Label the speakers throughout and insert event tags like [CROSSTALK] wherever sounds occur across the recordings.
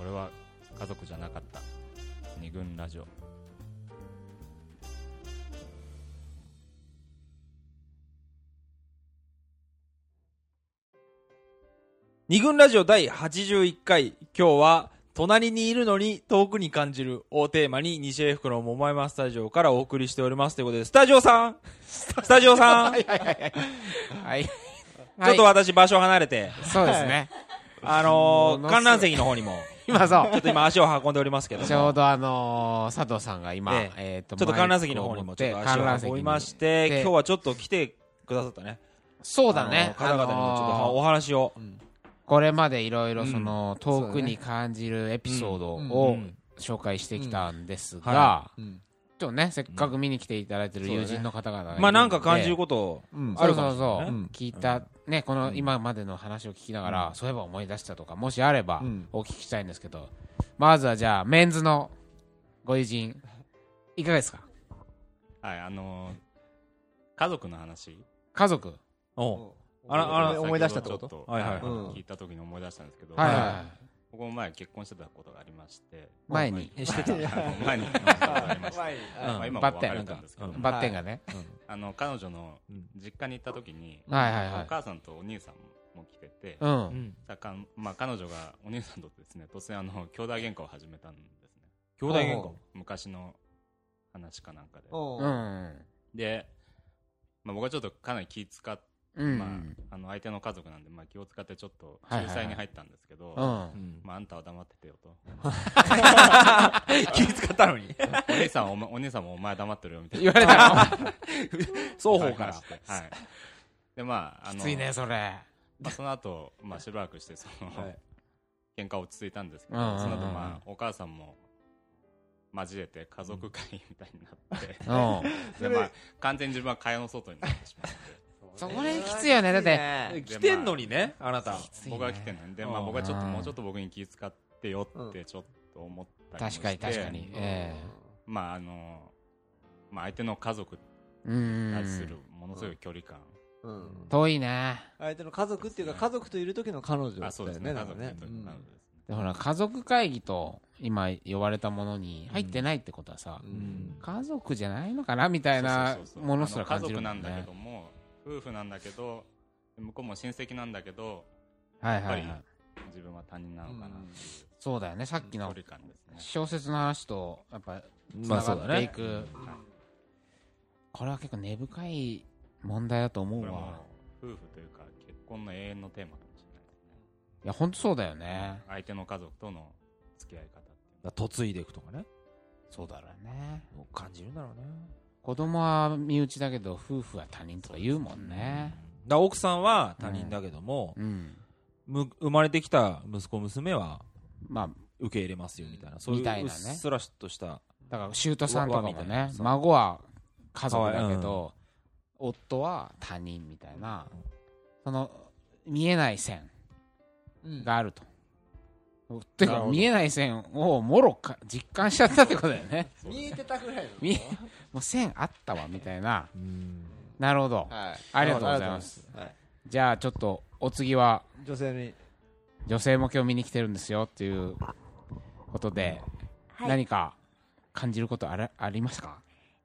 Speaker 1: 俺は家族じゃなかった二軍ラジオ
Speaker 2: 二軍ラジオ第81回、今日は、隣にいるのに遠くに感じるをテーマに、西英福の桃山スタジオからお送りしておりますということで、スタジオさんスタジオさ
Speaker 3: [LAUGHS]
Speaker 2: んち [LAUGHS]
Speaker 3: はい。ち
Speaker 2: ょっと私場所離れて、
Speaker 3: そうですね。
Speaker 2: あの
Speaker 3: ものすご
Speaker 2: ー、
Speaker 3: い
Speaker 2: 観覧席の方にも、
Speaker 3: 今そ
Speaker 2: ちょっと今足を運んでおりますけど
Speaker 3: う。
Speaker 2: も、
Speaker 3: [LAUGHS] ち
Speaker 2: ち
Speaker 3: ょ
Speaker 2: ょ
Speaker 3: うどあのー、佐藤さんが今、
Speaker 2: え
Speaker 3: えっと。
Speaker 2: っと観覧席の方にもちょっと足を運びましてて、
Speaker 3: で
Speaker 2: 今日はちょっと来てくださったね。
Speaker 3: そうだね。
Speaker 2: あのー方々にもちょっ
Speaker 3: あ
Speaker 2: と
Speaker 3: のー
Speaker 2: お話を。
Speaker 3: これまでいろいろそうの、
Speaker 4: ん
Speaker 3: 遠くに感じるエピソード
Speaker 4: うん
Speaker 3: を
Speaker 2: うん
Speaker 3: 紹介してきたんです
Speaker 2: うん
Speaker 3: が、
Speaker 4: うん。
Speaker 3: ちょっとね、せっかく見に来ていただいてる
Speaker 4: そうだ
Speaker 3: 友
Speaker 4: ね
Speaker 3: 人の方々がいるで
Speaker 2: まあなんか感じることを、
Speaker 4: うん。
Speaker 2: あ
Speaker 3: そ
Speaker 2: る
Speaker 3: う
Speaker 2: かも
Speaker 3: そ
Speaker 2: しれないね
Speaker 3: うそう
Speaker 4: うん
Speaker 3: 聞いた、ね、この今までの話を聞きながら、そういえば思い出したとか、もしあれば
Speaker 4: うん
Speaker 3: お聞きしたいんですけど、まずはじゃあ、メンズのご友人、いかがですか
Speaker 1: はいあのー家族の話
Speaker 3: 家族。
Speaker 2: おう
Speaker 4: あら、あら、思い出したって
Speaker 1: 先
Speaker 4: こ
Speaker 1: ほど
Speaker 4: と
Speaker 1: ちょっと
Speaker 2: はいはい
Speaker 1: あの
Speaker 4: うん
Speaker 1: 聞いた時に思い出したんですけど、
Speaker 3: はいはい
Speaker 1: まあ
Speaker 3: は
Speaker 1: 僕も前結婚してたことがありまして
Speaker 3: い。前に、
Speaker 1: してた前 [LAUGHS] に結婚したことがありまして
Speaker 4: 前に
Speaker 1: まあ今も
Speaker 3: バッテン
Speaker 1: 別れたんですけど
Speaker 2: なん
Speaker 3: バッテンがね。
Speaker 1: あの彼女の
Speaker 4: うん
Speaker 1: 実家に行った時に、
Speaker 3: はいはいはい
Speaker 1: お母さんとお兄さんも来てて、
Speaker 3: う。
Speaker 4: うんん。
Speaker 1: だからまあ、彼女がお兄さんとですね突然あの兄弟喧嘩を始めたんですね
Speaker 2: 兄弟喧嘩
Speaker 4: おう
Speaker 1: 昔の話かなんかで
Speaker 4: お
Speaker 3: う。
Speaker 4: うん
Speaker 1: で、まあ、僕はちょっとかなり気使って、
Speaker 3: うん。
Speaker 1: まあ、あの相手の家族なんで、まあ、気を使ってちょっと
Speaker 3: はいはい
Speaker 1: 仲裁に入ったんですけ
Speaker 3: う
Speaker 1: ど、
Speaker 3: ん。
Speaker 1: まあ、あんたは黙っててよと [LAUGHS]
Speaker 2: 気遣ったのに。
Speaker 1: お兄さんはお,、ま、お姉さんもお前黙ってるよみたいな
Speaker 3: 言われたの
Speaker 1: [LAUGHS]
Speaker 2: 双方か
Speaker 1: 話
Speaker 2: ら
Speaker 1: し。てはいでまああ
Speaker 3: き
Speaker 1: の
Speaker 3: ついね、それ。
Speaker 1: まあ、その後、まあしばらくしてその、
Speaker 3: [LAUGHS]
Speaker 2: はい
Speaker 1: 喧嘩落ち着いたんですけど、
Speaker 3: うんうんうん
Speaker 1: その後、まあ、お母さんも交えて家族会みたいになって、
Speaker 3: うん。
Speaker 1: でまあ、完全に自分は蚊帳の外になってしまっ
Speaker 3: それきついよね。だって、
Speaker 4: て
Speaker 1: で
Speaker 2: 来てんのにね、あなた。
Speaker 3: ついね
Speaker 1: て僕が来てないんで、まあ、
Speaker 2: うん
Speaker 1: 僕はちょっと
Speaker 3: うん
Speaker 1: もうちょっと僕に気遣ってよってちょっと思ったりもし
Speaker 3: 確
Speaker 1: て
Speaker 3: かに確かに。え
Speaker 1: まああのまあ、相手の家族に
Speaker 3: え。う
Speaker 1: 対する
Speaker 3: ん。
Speaker 1: ものすごい距離感、
Speaker 4: うん。
Speaker 3: 遠いね。
Speaker 4: 相手の家族っていうか、家族といる時の彼女だ
Speaker 1: あ
Speaker 4: った
Speaker 1: そう
Speaker 4: よ
Speaker 1: ですね
Speaker 4: ね、な
Speaker 1: 家
Speaker 4: んか
Speaker 1: 族
Speaker 4: ね。
Speaker 1: と
Speaker 4: う
Speaker 1: いうんなのです、
Speaker 3: でほら家族会議と今呼ばれたものに入ってないってことはさ、
Speaker 4: うん
Speaker 3: 家族じゃないのかなみたいな
Speaker 1: そうそうそうそう
Speaker 3: ものすら
Speaker 1: あの
Speaker 3: 感じるも
Speaker 1: 家族なんんだけ
Speaker 3: ね
Speaker 1: ども夫婦なんだけど向こうも親戚なんだけど
Speaker 3: はい
Speaker 1: やっぱ
Speaker 3: は
Speaker 1: り
Speaker 3: いはい
Speaker 1: 自分は他人なのかなっていう
Speaker 3: そうだよねさっき
Speaker 1: 距
Speaker 3: の
Speaker 1: 離感ですね
Speaker 3: 小説の話とやっぱつ
Speaker 2: まあ
Speaker 3: な
Speaker 2: そう
Speaker 3: が
Speaker 2: だ
Speaker 3: ってい
Speaker 2: ね。
Speaker 3: く、これは結構根深い問題だと思
Speaker 1: こ
Speaker 3: う
Speaker 1: れも
Speaker 3: わ
Speaker 1: 夫婦というか結婚の永遠のテーマかもしれないですね
Speaker 3: いやほんとそうだよね
Speaker 1: 相手の家族との付き合い方っていうの
Speaker 4: だ嫁いでいくとかね。
Speaker 3: そうだろうね
Speaker 4: 感じるんだろうね。
Speaker 3: 子供は身内だけど夫婦は他人とか言うもんね
Speaker 2: だ奥さんは他人だけども、
Speaker 3: うん
Speaker 2: む生まれてきた息子娘は
Speaker 3: まあ
Speaker 2: 受け入れますよみたいな、そういう
Speaker 3: みたい
Speaker 2: っ
Speaker 3: うなね
Speaker 2: すらとした、
Speaker 3: だから舅さんと
Speaker 2: わわ
Speaker 3: かも
Speaker 2: みたいな
Speaker 3: ね
Speaker 2: そう
Speaker 3: 孫は家族だけど、夫は他人みたいな、その見えない線
Speaker 4: うん。
Speaker 3: があると、っていう
Speaker 2: なる
Speaker 3: か
Speaker 2: ほど
Speaker 3: 見えない線をもろか実感しちゃったってことだよね
Speaker 4: 見えてたぐらいの。
Speaker 3: 見えもう線あったわみたいな
Speaker 4: うん。
Speaker 3: なるほど
Speaker 4: はい。
Speaker 3: ありがとうございます
Speaker 4: ありがとうございます。
Speaker 3: じゃあちょっとお次は
Speaker 4: はい。女性に。
Speaker 3: 女性も今日見に来てるんですよっていうことで、
Speaker 5: はい
Speaker 3: 何か感じることあれありますか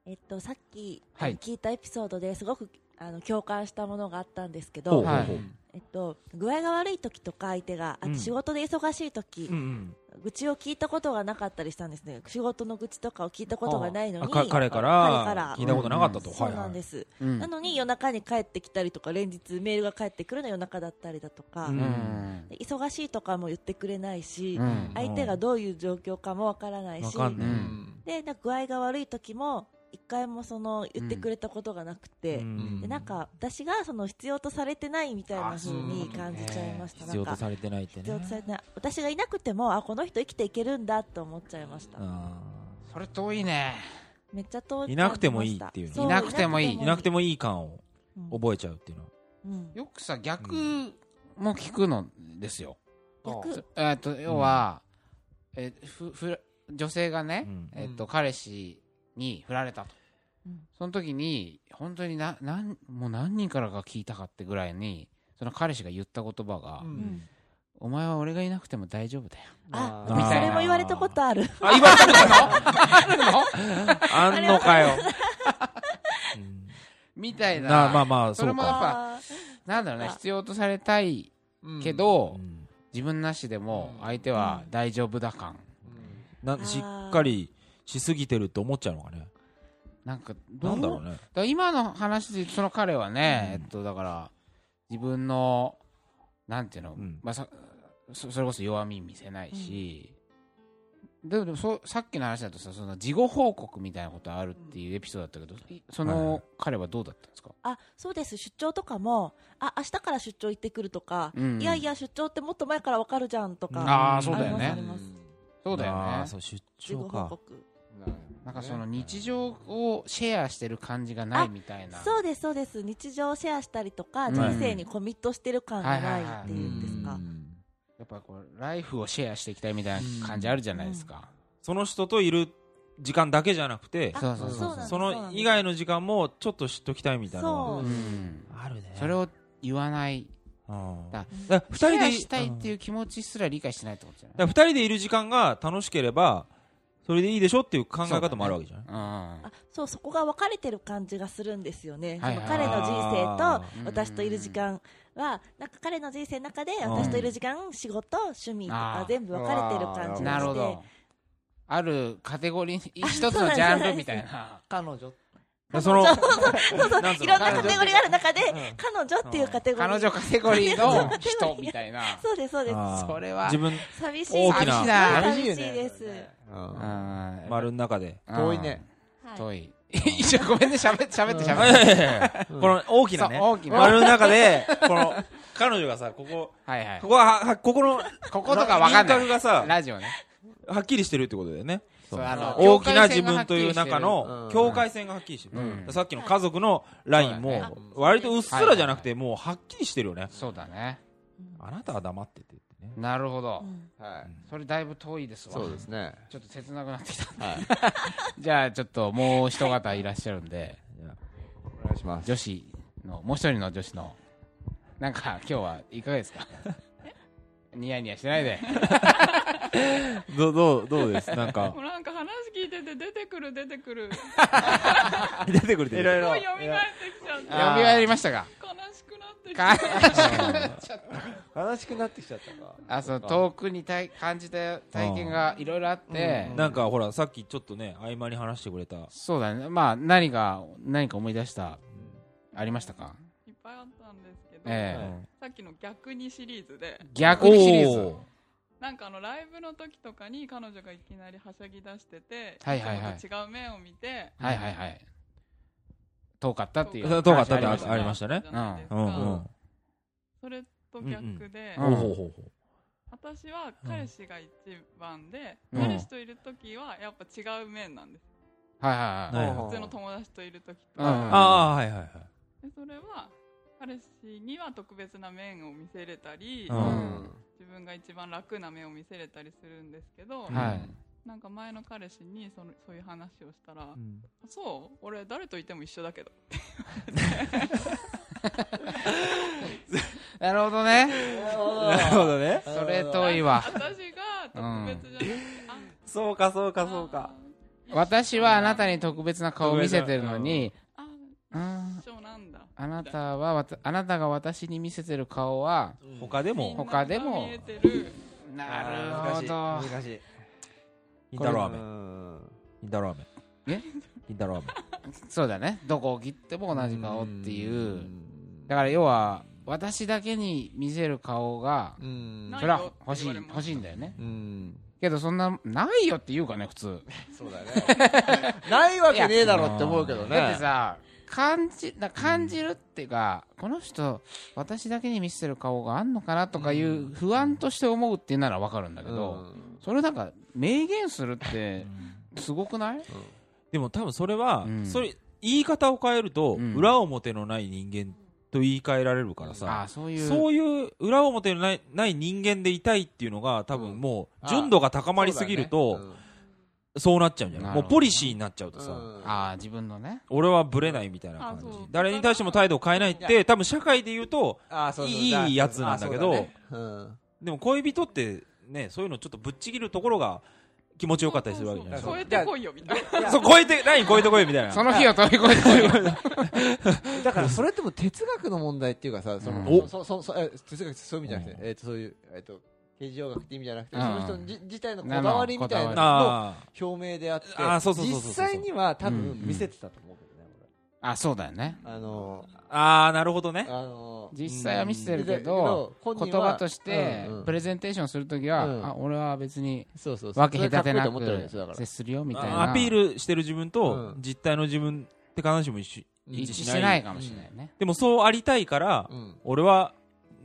Speaker 5: えっと、さっき、
Speaker 3: はい
Speaker 5: 聞いたエピソードですごくあの共感したものがあったんですけ
Speaker 2: ほう
Speaker 5: ど、
Speaker 3: は
Speaker 2: ほ
Speaker 3: い
Speaker 2: うほう
Speaker 5: えっと、具合が悪い時とか相手があと
Speaker 2: うん
Speaker 5: 仕事で忙しい時、
Speaker 2: うんうん
Speaker 5: 愚痴を聞いたことがなかったりしたんですね仕事の愚痴とかを聞いたことがないの
Speaker 2: あ
Speaker 5: に
Speaker 2: か彼か
Speaker 5: 彼から
Speaker 2: ら聞いたことなかったと、、
Speaker 5: そうなんですす、
Speaker 3: うん
Speaker 5: なのに夜中に帰ってきたりとか連日メールが返ってくるの夜中だったりだとか、
Speaker 2: うん
Speaker 3: うん
Speaker 5: で忙しいとかも言ってくれないし、
Speaker 3: うん
Speaker 5: 相手がどういう状況かもわからない
Speaker 2: わ
Speaker 5: し、
Speaker 2: かん
Speaker 3: う
Speaker 2: ない、
Speaker 3: ん
Speaker 5: でなんか具合が悪い時も一回もその言ってくれたことがなくて、
Speaker 2: うん
Speaker 5: でなんか私がその必要とされてないみたいな風に感じちゃいました、
Speaker 2: 必要
Speaker 5: な
Speaker 2: と
Speaker 5: んか
Speaker 2: されてないってね
Speaker 5: 必要とされてない私がいなくてもあこの人生きていけるんだと思っちゃいました、
Speaker 2: あ
Speaker 3: それ遠いね
Speaker 5: めっちゃ遠
Speaker 2: いなくてもいいっていうの
Speaker 5: そ
Speaker 3: いなくてもいい
Speaker 2: ーいなくてもいい感を
Speaker 5: うん
Speaker 2: 覚えちゃうっていうのは、
Speaker 5: うん
Speaker 3: よくさ逆も聞くのですよ、
Speaker 5: 逆
Speaker 3: えーっと要は、えーふふ女性がね、
Speaker 2: うん
Speaker 3: えーっと彼氏に振られたと、
Speaker 5: うん
Speaker 3: その時に本当にななんもう何人からか聞いたかってぐらいにその彼氏が言った言葉が、
Speaker 4: うん
Speaker 3: お前は俺がいなくても大丈夫だよ。
Speaker 5: あ
Speaker 4: あー
Speaker 5: 私それも言われたことある。
Speaker 2: あ、言われたのかなあんのかよ。
Speaker 3: みたいな。
Speaker 2: なまあまあ、
Speaker 3: そ
Speaker 2: そ
Speaker 3: れ
Speaker 2: う
Speaker 3: もやっ
Speaker 2: か。
Speaker 3: ぱ
Speaker 5: あー
Speaker 3: なんだろうね、
Speaker 5: あ
Speaker 3: 必要とされたい
Speaker 4: うん
Speaker 3: けど、
Speaker 4: うん
Speaker 3: 自分なしでも相手は大丈夫だ感。
Speaker 2: なしっかりしすぎてるって思っちゃうのかね。
Speaker 3: なんか、ど
Speaker 2: なんだろうね。
Speaker 3: だから今の話でその彼はね、えっとだから自分のなんていうの、
Speaker 2: うん
Speaker 3: まあ、さそそれこそ弱み見せないし、でもそさっきの話だとさその事後報告みたいなことあるっていうエピソードだったけどいそ
Speaker 2: はいは
Speaker 3: の彼はどうだったんですか、
Speaker 5: あ、そうです。出張とかも、あ、明日から出張行ってくるとか、
Speaker 3: うん
Speaker 5: いやいや、出張ってもっと前からわかるじゃんとか、
Speaker 3: ああそうだよ
Speaker 5: あ
Speaker 3: ね
Speaker 5: りますあり
Speaker 3: そうだよ
Speaker 2: あ
Speaker 3: ね
Speaker 2: ーそう、出
Speaker 5: 事
Speaker 2: 張
Speaker 5: 後報
Speaker 2: か。
Speaker 5: 告。
Speaker 3: なんかその日常をシェアしてる感じがないみたいな
Speaker 5: そうです、そうです。日常をシェアしたりとか、
Speaker 3: うん
Speaker 5: 人生にコミットしてる感がないっていうんですか。
Speaker 3: やっぱこうライフをシェアしていきたいみたいな感じあるじゃないですか、
Speaker 2: その人といる時間だけじゃなくて
Speaker 5: あ、
Speaker 3: そうそうそう
Speaker 5: なんです
Speaker 2: その以
Speaker 5: そうなんで
Speaker 2: 外の時間もちょっと知っときたいみたいなの
Speaker 5: そう
Speaker 3: うん
Speaker 2: があるね。
Speaker 3: それ
Speaker 2: を、
Speaker 3: を言わないだ
Speaker 2: だから
Speaker 3: シェ
Speaker 2: 二
Speaker 3: ア
Speaker 2: 人で、
Speaker 3: したいっていうう気持ちすら理解してないってことじゃ
Speaker 2: んだから二人でいる時間が楽しければ、それでいいでしょっていう考え方もあるわけじゃない
Speaker 3: ない
Speaker 5: すあそう、そこが分かれてる感じがするんですよね。
Speaker 3: はい
Speaker 5: その
Speaker 3: だ
Speaker 5: 彼
Speaker 3: ね
Speaker 5: の人生と、
Speaker 3: うん
Speaker 5: 私といる時間は、なんか彼の人生の中で、私といる時間、仕事、趣味と
Speaker 3: あ
Speaker 5: か
Speaker 3: ー
Speaker 5: 全部分かれてる感
Speaker 3: う
Speaker 5: じ
Speaker 3: ん。
Speaker 5: が
Speaker 3: なる
Speaker 5: し
Speaker 3: ほ
Speaker 5: て
Speaker 3: ど。。あるカテゴリー、一つのジャンルみたいな。
Speaker 4: 彼女。
Speaker 2: だからその、
Speaker 5: そうそういろんなカテゴリーがある中で、彼女っていうカテゴリー。
Speaker 3: 彼女カテゴリーの人みたいな。
Speaker 5: そうです、そうです。
Speaker 2: あー
Speaker 3: それは
Speaker 2: 自分、
Speaker 5: 寂しい。
Speaker 2: 大きな
Speaker 5: 寂しい
Speaker 3: あ
Speaker 4: 寂しいよ
Speaker 5: 寂しい
Speaker 4: ね
Speaker 5: です。
Speaker 3: うん
Speaker 2: 丸の中で。
Speaker 4: 遠いね。。
Speaker 5: は
Speaker 3: 遠い。 [LAUGHS] 一応ごめんね、喋って、喋って、
Speaker 2: い
Speaker 3: 喋って。
Speaker 2: やいやいやこの大きなね、
Speaker 3: そう大きな
Speaker 2: 丸の中で、この、彼女がさ、ここ、
Speaker 3: はいはい
Speaker 2: こ。こは、はここの、
Speaker 3: こことかわかんな
Speaker 2: 輪郭
Speaker 3: い。
Speaker 2: がさ、
Speaker 3: ラジオね。
Speaker 2: はっきりしてるってことだよね。
Speaker 3: そうあの
Speaker 2: 大きな自分という中の境
Speaker 4: 境
Speaker 2: 界線がはっきりしてる、
Speaker 3: うん
Speaker 2: さっきの家族のライン
Speaker 3: そう
Speaker 2: も
Speaker 3: だ
Speaker 4: ね
Speaker 2: 割とうっすらじゃなくてもうはっきりしてるよね、
Speaker 3: そうだね。
Speaker 2: あなたは黙っててってね
Speaker 3: なるほど
Speaker 5: う。ん
Speaker 4: はい。
Speaker 3: それだいぶ遠いですわ。
Speaker 4: そうですね。
Speaker 3: ちょっと切なくなってきた。
Speaker 4: はい。
Speaker 3: [LAUGHS] じゃあ、ちょっともう一方いらっしゃるんで。
Speaker 4: お願いします。
Speaker 3: 女子のもう一人の女子のなんか今日はいかがですかニヤニヤしてないで
Speaker 2: どうどうどうですなんか [LAUGHS]
Speaker 6: もうなんか話聞いてて出てくる出てくる。 [LAUGHS]
Speaker 2: 出てくれてる
Speaker 6: すごい蘇ってきちゃっ
Speaker 3: 呼
Speaker 6: て
Speaker 3: び返りましたか
Speaker 6: 悲しくなってきた。
Speaker 3: か [LAUGHS]
Speaker 4: 悲しくなってきちゃったか。
Speaker 3: あその遠くにたい感じた体験がいろいろあって、
Speaker 2: なんかほらさっきちょっとね合間に話してくれた
Speaker 3: そうだねまあ何が何か思い出したありましたか
Speaker 6: いっぱいあったんですけど、
Speaker 3: ええ
Speaker 4: はい
Speaker 6: さっきの逆にシリーズで、
Speaker 3: 逆シリーズ
Speaker 2: お
Speaker 6: なんかあのライブの時とかに彼女がいきなりはしゃぎ出してて、
Speaker 3: はいはいはい
Speaker 6: つもと違う面を見て、
Speaker 3: はいはいはい遠かったっていう
Speaker 2: 遠かったって
Speaker 3: 話ありま
Speaker 2: ありましたね
Speaker 6: じゃないで
Speaker 2: う
Speaker 6: すか
Speaker 2: んうん
Speaker 6: それと逆で、
Speaker 3: うんうん
Speaker 2: ほうほうほうほ
Speaker 6: 私は彼氏が一番で、
Speaker 3: うん
Speaker 6: 彼氏といる時はやっぱ違う面なんです。
Speaker 3: はいはいはい
Speaker 2: ね
Speaker 6: 普通の友達といる時と
Speaker 3: うん
Speaker 6: か。
Speaker 2: ああはいはいはい
Speaker 6: でそれは彼氏には特別な面を見せれたり、
Speaker 2: うん
Speaker 6: 自分が一番楽な面を見せれたりするんですけど、
Speaker 3: はい
Speaker 6: なんか前の彼氏にそのそういう話をしたら「あそう俺誰といても一緒だけど
Speaker 3: なるほどね
Speaker 2: なるほどね
Speaker 3: それ遠いわ
Speaker 6: 私が特別じゃなくて、あ
Speaker 2: そうかそうか
Speaker 6: そうか
Speaker 3: 私はあなたに特別な顔を見せてるのに、
Speaker 6: あ
Speaker 3: うん
Speaker 6: 一緒なんだ」
Speaker 3: あなたはわたあなたが私に見せてる顔は
Speaker 2: 他で
Speaker 6: みんな
Speaker 2: も
Speaker 6: が
Speaker 3: 他でも
Speaker 6: 見えてる
Speaker 3: なるほど
Speaker 4: 難しい。
Speaker 2: インタロー
Speaker 4: う
Speaker 2: 飴
Speaker 4: ん
Speaker 2: インタロー飴
Speaker 3: え
Speaker 2: インタロー飴
Speaker 3: そうだねどこを切っても同じ顔って
Speaker 4: う
Speaker 3: いうんだから要は私だけに見せる顔が
Speaker 4: うん
Speaker 6: な
Speaker 3: それは欲しい欲しいんだよね
Speaker 4: うん。
Speaker 3: けどそんなないよって言うかね普通
Speaker 4: そうだね。 [LAUGHS] ないわけねえだろって思うけどね。
Speaker 3: だってさ感じだ感じるっていうか、この人私だけに見せてる顔があんのかなとかいう不安として思うっていうならわかるんだけ
Speaker 4: う
Speaker 3: ど、
Speaker 4: ん
Speaker 3: それなんか明言するってすごくない
Speaker 2: でも多分それは、
Speaker 3: うん
Speaker 2: それ言い方を変えると、
Speaker 3: うん
Speaker 2: 裏表のない人間と言い換えられるから
Speaker 3: あ
Speaker 2: さ、
Speaker 3: あそういう
Speaker 2: そういう裏表のないない人間でいたいっていうのが多分も
Speaker 4: う
Speaker 2: うん純度が高まりすぎるとそう,、、なっちゃうんじゃない
Speaker 3: なる
Speaker 2: も
Speaker 3: ほど
Speaker 2: うポリシーになっちゃうと
Speaker 4: そう
Speaker 2: さ、
Speaker 4: だねうん
Speaker 3: ああ自分のね
Speaker 2: 俺はブレないみたいな感じ
Speaker 6: あそう
Speaker 2: 誰に対しても態度を変えないっ
Speaker 4: い
Speaker 2: て多分社会で言うと
Speaker 4: あーそうそう
Speaker 2: いいいいやつなんだけど
Speaker 4: あーそうねうん
Speaker 2: でも恋人ってねそういうのちょっとぶっちぎるところが気持ちよかったりするわけじゃないです
Speaker 6: そう
Speaker 2: か
Speaker 6: そう超えてこいよみたい
Speaker 2: [LAUGHS]
Speaker 6: な。
Speaker 2: そう超えてライン超えてこいみたいな
Speaker 3: その日を飛び越えてこいよ
Speaker 4: だからそれってもう哲学の問題っていうかさ、その、
Speaker 3: うん
Speaker 2: お
Speaker 4: そそそえ哲学ってそういう意味じゃなく
Speaker 3: う
Speaker 4: て、えっとそういう、えっと、形状学って意味じゃなくて、
Speaker 3: うん
Speaker 4: その人のじ自体のこだわりみたいなのを
Speaker 2: あ
Speaker 4: 表明であって、
Speaker 2: あーそうそうそうそうそう
Speaker 4: 実際には多
Speaker 3: うん
Speaker 4: 分見せてたと思うけどね、
Speaker 3: あそうだよね
Speaker 4: 俺。あのー、
Speaker 2: ーあーなるほどね
Speaker 4: あのー、
Speaker 3: 実際は見せてるけど
Speaker 4: だ本
Speaker 3: 言
Speaker 4: 人は
Speaker 3: 葉として
Speaker 4: うんうん
Speaker 3: プレゼンテーションするときは、
Speaker 4: うん
Speaker 3: あ俺は別に
Speaker 4: そうそうそう。
Speaker 3: 分け隔てな
Speaker 4: それかっこいいと思ってるわけですよ
Speaker 3: く
Speaker 4: だから
Speaker 3: 接するよみたい
Speaker 2: あ
Speaker 3: な
Speaker 2: アピールしてる自分と
Speaker 4: うん
Speaker 2: 実態の自分って必ずしも一緒
Speaker 3: 一致
Speaker 2: し
Speaker 3: し
Speaker 2: ない
Speaker 3: てないかもしれないね、
Speaker 2: でもそうありたいから
Speaker 4: うん
Speaker 2: 俺は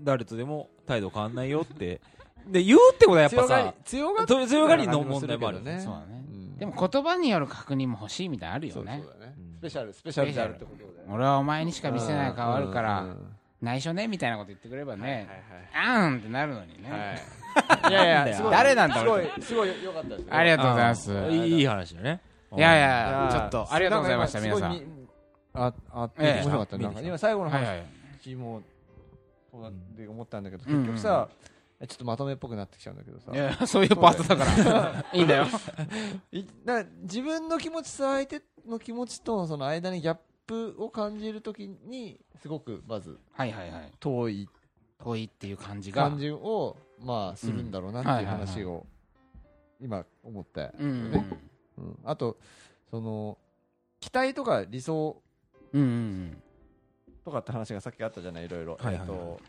Speaker 2: 誰とでも態度変わんないよってで言うってことはやっぱ
Speaker 4: 強がり
Speaker 2: さ、
Speaker 4: 強が
Speaker 2: と強がりの問題もあるよね
Speaker 4: ね
Speaker 3: そうだね
Speaker 4: うん
Speaker 3: でも言葉による確認も欲しいみたいなのある
Speaker 4: そ
Speaker 3: よ
Speaker 4: うそう
Speaker 3: ね
Speaker 4: だね
Speaker 2: うん
Speaker 4: スペシャル、スペシャルであるってことだよね。
Speaker 3: 俺はお前にしか見せない顔あるか
Speaker 4: うん
Speaker 3: ら内緒ねみたいなこと言ってくればね、あーんってなるのにね、
Speaker 4: はい。いやいや、すごい
Speaker 3: 誰 [LAUGHS] なんだ
Speaker 4: す
Speaker 3: ろ
Speaker 4: ご
Speaker 3: う
Speaker 4: い、すごい良かったですね。
Speaker 3: ありがとうございます
Speaker 2: あーいいいい話だね
Speaker 3: いやい
Speaker 4: い
Speaker 3: や
Speaker 4: や
Speaker 3: ちょっとありがとうございました
Speaker 4: なん
Speaker 3: 皆
Speaker 4: か
Speaker 3: さ
Speaker 4: 今
Speaker 3: ん
Speaker 4: すごいみあ、あ、
Speaker 3: ええ
Speaker 4: 面白かったね。なんか今最後の
Speaker 3: はい
Speaker 4: 話
Speaker 3: はい
Speaker 4: もそうだって思ったんだけど、
Speaker 3: うん
Speaker 4: 結局さ、ちょっとまとめっぽくなってきちゃうんだけどさ
Speaker 3: い、やそういうパートだから [LAUGHS] いいんだよ
Speaker 4: いな自分の気持ちと相手の気持ちとのその間にギャップを感じるときに、すごくまず
Speaker 3: はいはいはい
Speaker 4: 遠い
Speaker 3: 遠いっていう感じが
Speaker 4: 感じを、まあ、するんだろうなっていう話を、今思って。
Speaker 3: うんうん
Speaker 4: うんあと、その、期待とか理想
Speaker 3: うんうん
Speaker 4: とかって話がさっきあったじゃない、いろいろ。
Speaker 2: はいはいはい
Speaker 4: えっと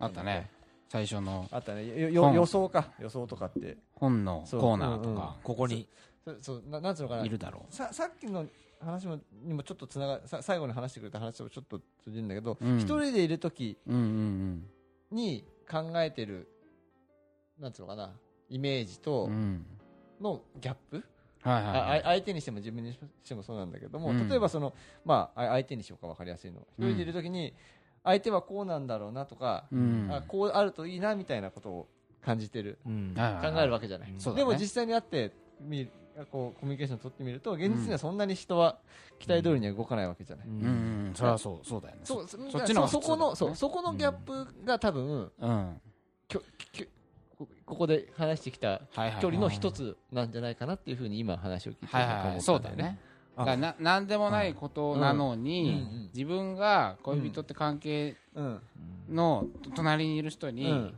Speaker 3: あったね最初の
Speaker 4: あったね。よよ
Speaker 3: 本
Speaker 4: 予想か。予想とかって。
Speaker 3: 本のコーナー
Speaker 4: そう
Speaker 3: と
Speaker 4: うんうん
Speaker 3: か
Speaker 2: ここに
Speaker 4: そそうななんつうのかない
Speaker 3: るだろ
Speaker 4: ささっきの話もにもちょっとつながさ最後に話してくれた話とちょっと通じるんだけど、
Speaker 3: うん
Speaker 4: 一人でいる時
Speaker 3: ううんうん
Speaker 4: に考えてるなんつうのかなイメージ
Speaker 3: う
Speaker 4: と
Speaker 3: んうん
Speaker 4: のギャップ、
Speaker 3: はいは
Speaker 4: あ
Speaker 3: いはい
Speaker 4: あ相手にしても自分にしてもそうなんだけども、
Speaker 3: うん
Speaker 4: 例えばその、まあ、あ相手にしようか分かりやすいの一人でいる時に相手はこうなんだろうなとか、
Speaker 3: うん
Speaker 4: あこうあるといいなみたいなことを感じてる
Speaker 2: うん
Speaker 3: はいはい
Speaker 4: 考
Speaker 3: はい
Speaker 4: えるわけじゃない、
Speaker 3: そうだ
Speaker 4: で
Speaker 3: ね
Speaker 4: も実際に会ってみこうコミュニケーション取ってみると現実にはそんなに人は期待通りには動かないわけじゃない、
Speaker 3: うんうんそれはそうそうだよね
Speaker 4: そうそ
Speaker 3: そっちの方が
Speaker 4: そ
Speaker 3: 普通だよね
Speaker 4: このそうそこのギャップが多分
Speaker 3: うんはい
Speaker 4: きょきょこここで話してきた
Speaker 3: はいはい
Speaker 4: 距離の一つなんじゃないかなっていうふうに今話を聞いて
Speaker 3: はいはいはいそうだよねだからななんでもないことなのに、
Speaker 4: うんうん
Speaker 3: 自分が恋人って関係
Speaker 4: うん
Speaker 3: の隣にいる人
Speaker 4: う
Speaker 3: に、
Speaker 4: ん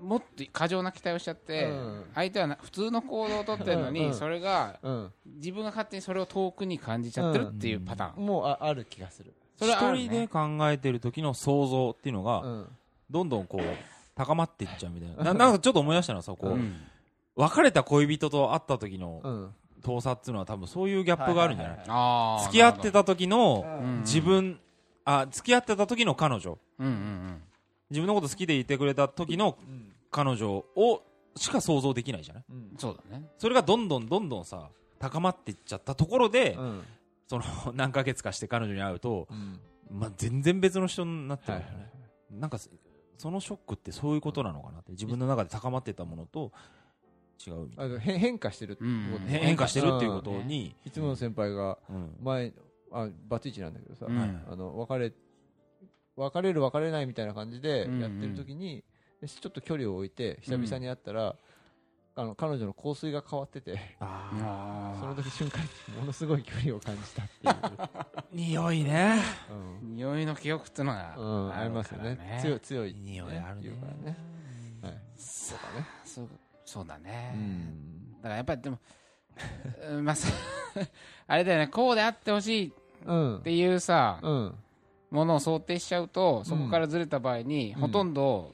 Speaker 3: もっと過剰な期待をしちゃって、
Speaker 4: うん
Speaker 3: 相手はな普通の行動をとってるのに、
Speaker 4: うんうん
Speaker 3: それが
Speaker 4: うん
Speaker 3: 自分が勝手にそれを遠くに感じちゃってるっていうパターン、
Speaker 4: もうあある気がする
Speaker 3: それはあるね
Speaker 2: 一人で考えてる時の想像っていうの
Speaker 4: う
Speaker 2: が
Speaker 4: ん
Speaker 2: どんどんこう高まっていっちゃうみたいなななんかちょっと思い出したのはさこ
Speaker 3: う
Speaker 2: うん別れた恋人と会った時の
Speaker 4: うん
Speaker 2: 盗撮っていうのは多分そういうギャップがあるんじゃない
Speaker 3: あー
Speaker 2: 付き合って、た時
Speaker 4: う
Speaker 2: の
Speaker 4: ん
Speaker 2: 自分あ付き合ってた時の彼女
Speaker 3: うんうん
Speaker 2: 自分のこと好きでいてくれた時の
Speaker 4: うん
Speaker 2: 彼女をしか想像できないじゃない
Speaker 4: うん
Speaker 3: うん、そうだね
Speaker 2: それがどんどんどんどんさ高まっていっちゃったところで、
Speaker 4: うん
Speaker 2: その何ヶ月かして彼女に会うと、
Speaker 4: うん
Speaker 2: まあ、全然別の人になってる
Speaker 4: は
Speaker 2: ん
Speaker 4: い
Speaker 2: だよね、なんかそそのショックってそういうことなのかなって自分の中で高まってたものと違うみたい
Speaker 4: あの変変化してるってこと
Speaker 3: うん
Speaker 2: なへ変化してるっていうことに、
Speaker 4: いつもの先輩が
Speaker 2: うん
Speaker 4: 前あバツイチなんだけどさ、
Speaker 3: うん
Speaker 4: あの別れ別れる別れないみたいな感じで
Speaker 3: うんうん
Speaker 4: やってる時に、でちょっと距離を置いて久々に会ったら、あの彼女の香水が変わってて
Speaker 2: あ
Speaker 3: あ
Speaker 4: その
Speaker 3: ー
Speaker 4: 時瞬間にものすごい距離を感じたっていう、
Speaker 2: ー匂いね
Speaker 4: うん
Speaker 3: 匂いの記憶ってのが
Speaker 4: うんあり
Speaker 3: る
Speaker 4: ます
Speaker 3: か
Speaker 4: よ
Speaker 3: ら
Speaker 4: ね強い強いって
Speaker 2: 匂いあるね
Speaker 4: 言うからね、はい、とかね、
Speaker 3: そうそうだね、
Speaker 4: うん
Speaker 3: だからやっぱりでも [LAUGHS] うんまあそう [LAUGHS] あれだよねこうであってほしい
Speaker 4: うん
Speaker 3: っていうさ、
Speaker 4: うん
Speaker 3: ものを想定しちゃうとそこからずれた場合に、
Speaker 4: うん
Speaker 3: ほとんど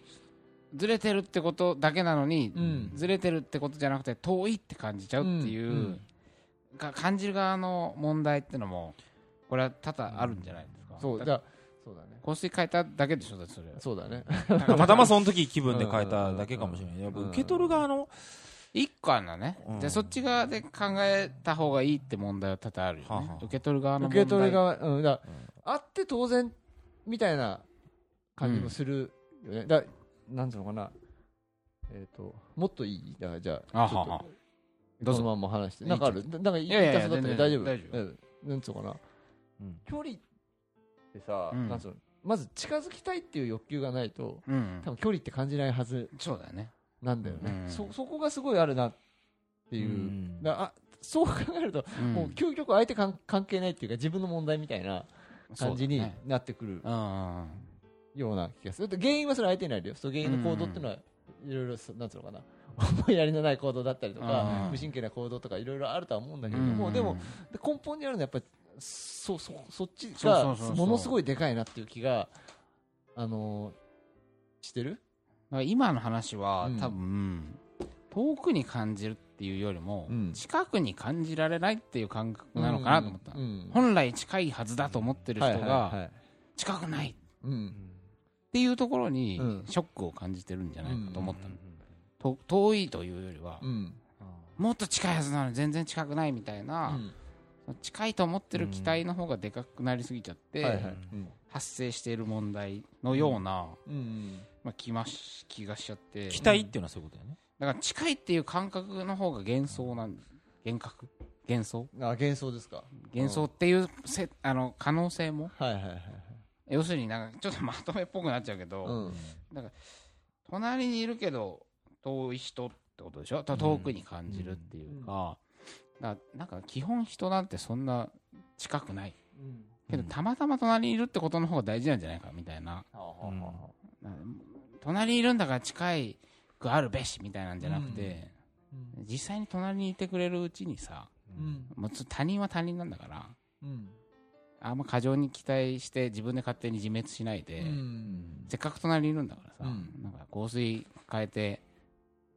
Speaker 3: ずれてるってことだけなのに、
Speaker 4: うん
Speaker 3: ずれてるってことじゃなくて遠いって感じちゃうっていう、
Speaker 4: うんうん
Speaker 3: か感じる側の問題ってのもこれは多々あるんじゃないですか、
Speaker 4: そう
Speaker 3: だ
Speaker 4: だからそうだね
Speaker 3: 香水変えただけでしょだってそれ
Speaker 4: そうだね
Speaker 2: たまその時気分で変えただけかもしれないやっぱ受け取る側の
Speaker 3: 一個あるんだね、
Speaker 2: うん
Speaker 3: じゃあそっち側で考えた方がいいって問題は多々あるよね
Speaker 2: はあはあ
Speaker 3: 受け取る側の問題
Speaker 4: 受け取る側、うん、だあって当然みたいな感じもするよね、だなんていうのかなえっ、ともっといいだからじゃあ
Speaker 3: あ
Speaker 4: ちょっと
Speaker 3: ははどう
Speaker 4: こ
Speaker 3: ぞ
Speaker 4: のまんま話して
Speaker 3: いい
Speaker 4: なんかあるななんかいい
Speaker 3: いやいやいや
Speaker 4: 感想だったけ
Speaker 3: 全
Speaker 4: ど大
Speaker 3: 然
Speaker 4: 丈夫
Speaker 3: 大丈夫
Speaker 4: うんなんつうのかな、
Speaker 2: うん
Speaker 4: 距離ってさ、
Speaker 3: うん
Speaker 4: なんつうのまず近づきたいっていう欲求がないと、
Speaker 3: うん
Speaker 4: 多分距離って感じないはず
Speaker 3: そうだよね
Speaker 4: なんだよね。
Speaker 3: うん
Speaker 4: そ、そこがすごいあるなっていう。
Speaker 2: うん
Speaker 4: だあそう考えると、
Speaker 3: ん
Speaker 4: もう究極相手関関係ないっていうか自分の問題みたいな感じ
Speaker 3: そう
Speaker 4: に
Speaker 3: だね
Speaker 4: なってくる
Speaker 3: うんうんうん
Speaker 4: ような気がする。だって原因はそれ相手にあるよ。その原因の行動っていうのは、いろいろそ、なんつうのかな。思いやりのない行動だったりとか
Speaker 3: う、ん
Speaker 4: 無神経な行動とかいろいろあるとは思うんだけ
Speaker 3: う
Speaker 4: れど
Speaker 3: ん
Speaker 4: も、
Speaker 3: うん
Speaker 4: でも、で根本にあるのはやっぱりそそそっち
Speaker 3: そう
Speaker 4: が
Speaker 3: そうそうそう
Speaker 4: ものすごいでかいなっていう気が、あのーしてる
Speaker 3: だから今の話は、
Speaker 4: うん
Speaker 3: 多分遠くに感じるっていうよりも、
Speaker 4: うん
Speaker 3: 近くに感じられないっていう感覚なのかなと思った、
Speaker 4: うんうん
Speaker 3: 本来近いはずだと思ってる
Speaker 4: はい
Speaker 3: 人
Speaker 4: はいは
Speaker 3: が
Speaker 4: い
Speaker 3: 近くないっ
Speaker 4: うん
Speaker 3: ていうところに
Speaker 4: うん
Speaker 3: ショックを感じてるんじゃないかと思った
Speaker 1: うん
Speaker 3: の、と遠いというよりは、
Speaker 4: うん
Speaker 3: もっと近いはずなのに全然近くないみたいうな、
Speaker 4: ん
Speaker 3: 近いと思ってる期待の方がでかくなりすぎちゃって、
Speaker 4: はいはいうん
Speaker 3: 発生している問題のような、
Speaker 4: うん
Speaker 3: まあ、気まし気がしちゃって
Speaker 2: 期待っていうのはそういうことだよね。
Speaker 3: だから近いっていう感覚の方が幻想なん幻覚幻想
Speaker 4: あ幻想ですか
Speaker 3: 幻想っていうせ、あの可能性も
Speaker 4: はいはいはいはい
Speaker 3: 要するになんかちょっとまとめっぽくなっちゃうけど、
Speaker 4: うん
Speaker 3: 隣にいるけど遠い人ってことでしょと遠くに感じるっていうか,、だからなんか基本人なんてそんな近くないけど
Speaker 2: うん
Speaker 3: たまたま隣にいるってことの方が大事なんじゃないかみたいな
Speaker 4: はあはあはあはあ
Speaker 3: なんか隣にいるんだから近いくあるべしみたいなんじゃなくて、
Speaker 4: うん
Speaker 3: 実際に隣にいてくれるうちにさ
Speaker 4: うん
Speaker 3: もうつ他人は他人なんだから
Speaker 4: うん
Speaker 3: あんま過剰に期待して自分で勝手に自滅しないで、
Speaker 4: うん
Speaker 3: せっかく隣にいるんだからさ、
Speaker 4: うん
Speaker 3: なんか香水変えて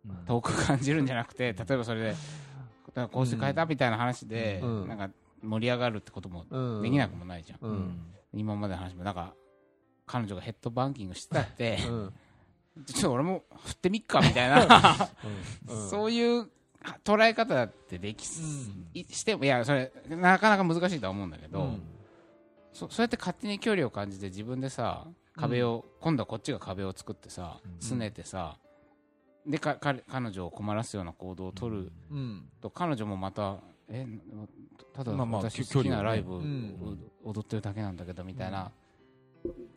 Speaker 1: うん
Speaker 3: 遠く感じるんじゃなくて例えばそれでだから香水変えたみたいな話で、
Speaker 4: うん
Speaker 3: なんか盛り上がるってことも
Speaker 4: うん
Speaker 3: できなくもないじゃん、
Speaker 4: うん
Speaker 3: 今までの話もなんか彼女がヘッドバンキングしてたって、
Speaker 4: うん
Speaker 3: ちょっと俺も振ってみっかみたい
Speaker 4: [LAUGHS]
Speaker 3: な、
Speaker 4: うん
Speaker 3: そういう捉え方だってできす、いしてもいやそれなかなか難しいとは思うんだけど、そそうやって勝手に距離を感じて自分でさ壁を、今度はこっちが壁を作ってさ拗ねてさ、でかか彼女を困らすような行動を取る
Speaker 4: うん
Speaker 3: と、彼女もまたえただ
Speaker 2: まあまあ
Speaker 3: 私
Speaker 2: 距
Speaker 3: 好き
Speaker 2: 離を
Speaker 3: な
Speaker 2: ね
Speaker 3: ライブを
Speaker 4: うん
Speaker 3: 踊ってるだけなんだけどみたいな、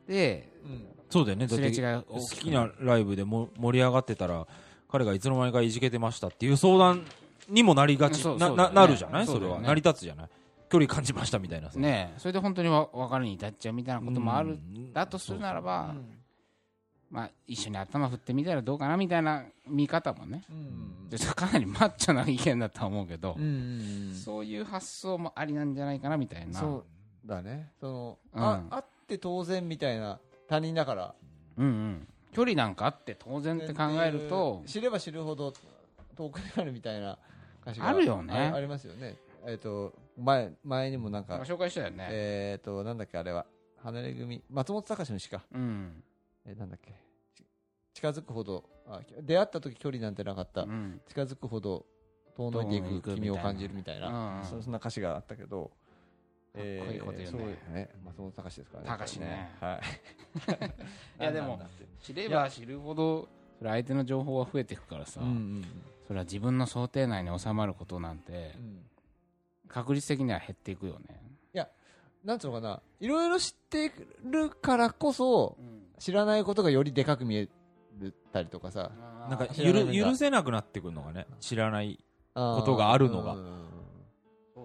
Speaker 3: で
Speaker 4: うん
Speaker 2: そうだよね。だ
Speaker 3: す
Speaker 2: っ
Speaker 3: れ
Speaker 2: て
Speaker 3: 違いが大
Speaker 2: 好
Speaker 3: き
Speaker 2: き
Speaker 3: くな
Speaker 2: な
Speaker 3: る
Speaker 2: ライブでも盛り上がってたら、彼がいつの間にかいじけてましたっていう相談にもなりがち、
Speaker 3: そう
Speaker 2: な
Speaker 3: そう
Speaker 2: な
Speaker 3: だよね
Speaker 2: なるじゃない
Speaker 3: そ
Speaker 2: そう
Speaker 3: だ
Speaker 2: れ
Speaker 3: よね
Speaker 2: は。成り立つじゃない距離感じましたみたいなさ。
Speaker 3: ねえそれで本当にわ別れに至っちゃうみたいなこともある、
Speaker 2: うん
Speaker 3: だとするならば、
Speaker 4: うん
Speaker 3: まあ、一緒に頭振ってみたらどうかなみたいな見方もね
Speaker 4: うん
Speaker 3: ちょっとかなりマッチョな意見だとは思うけど、
Speaker 4: うん
Speaker 3: そういう発想もありなんじゃないかなみたいな。
Speaker 4: そうだねその
Speaker 3: うん
Speaker 4: ああって当然みたいな他人だから
Speaker 3: うんうん。距離なんかあって当然って考えると、
Speaker 4: 知れば知るほど遠くにあるみたいな歌詞が
Speaker 3: あるよね
Speaker 4: あありますよねえっ、と前前にもなん
Speaker 3: なん
Speaker 4: か
Speaker 3: か紹介したよね。
Speaker 4: えっ、となんだっけあれは離れ組松本隆の詩か
Speaker 3: うん。
Speaker 4: えーなんだっけち近づくほどあ出会った時距離なんてなかった、
Speaker 3: うん。
Speaker 4: 近づくほど遠のいていく君を感じるみたいな
Speaker 3: うんうん
Speaker 4: そそんな歌詞があったけど
Speaker 3: かっこいいこと言うね
Speaker 4: そうですね松本隆ですからね
Speaker 3: 隆ね
Speaker 4: はい
Speaker 3: いやでも、知れば知るほど、それ相手の情報は増えていくからさ、
Speaker 4: うんうん
Speaker 3: それは自分の想定内に収まることなんて
Speaker 4: う、ん
Speaker 3: 確率的には減っていくよね。
Speaker 4: なんつうのかないろいろ知ってるからこそ知らないことがよりでかく見えたりとかさ
Speaker 2: なんか
Speaker 4: 知ら
Speaker 2: ゆ
Speaker 4: ない
Speaker 2: る
Speaker 4: んだ
Speaker 2: 許せなくなってくるのがね知らない
Speaker 4: こ
Speaker 2: ことがあるのが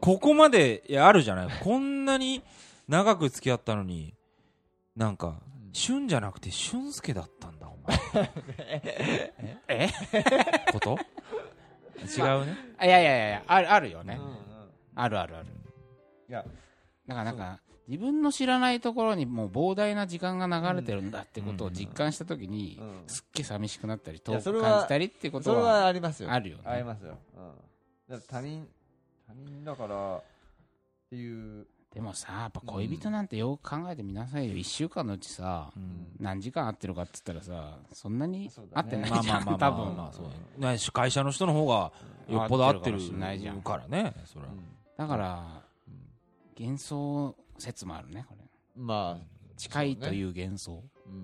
Speaker 2: ここまでいやあるじゃないこんなに長く付き合ったのになんか俊じゃなくて俊介だったんだお前
Speaker 3: [LAUGHS] え
Speaker 2: こと違うね
Speaker 3: あいやいやいやいや、あるあるよね。あるあるある。
Speaker 4: いや
Speaker 3: だからなんか、自分の知らないところにもう膨大な時間が流れてるんだってことを実感したときに、
Speaker 4: うん
Speaker 3: すっげえ寂しくなったり、
Speaker 4: や
Speaker 3: 遠
Speaker 4: それ
Speaker 3: く
Speaker 4: は
Speaker 3: 感じたりっていうこ
Speaker 4: そ
Speaker 3: と
Speaker 4: れは
Speaker 3: は
Speaker 4: ありますよ
Speaker 3: あるよね。
Speaker 4: ありますよ、うん、だから他人他人だからっていう、
Speaker 3: でもさ、やっぱ恋人なんてよく考えてみなさいよ。一週間のうちさ、何時間会ってるかって言ったらさ、そんなに
Speaker 4: そうだ
Speaker 3: 会っ
Speaker 4: ね
Speaker 3: てな
Speaker 2: ま
Speaker 3: い
Speaker 2: あ
Speaker 3: じ
Speaker 2: ま
Speaker 3: ゃ
Speaker 2: あまあま
Speaker 3: ん、
Speaker 2: あ
Speaker 3: 多
Speaker 2: まあ
Speaker 3: 分。
Speaker 2: そうだね会社の人の方がよっぽど合ってる
Speaker 3: 合ってるかもしれないじゃん
Speaker 2: からねそれは
Speaker 3: だから、幻想説もあるね、これ。
Speaker 4: まあ
Speaker 3: 近いという幻想。
Speaker 4: うん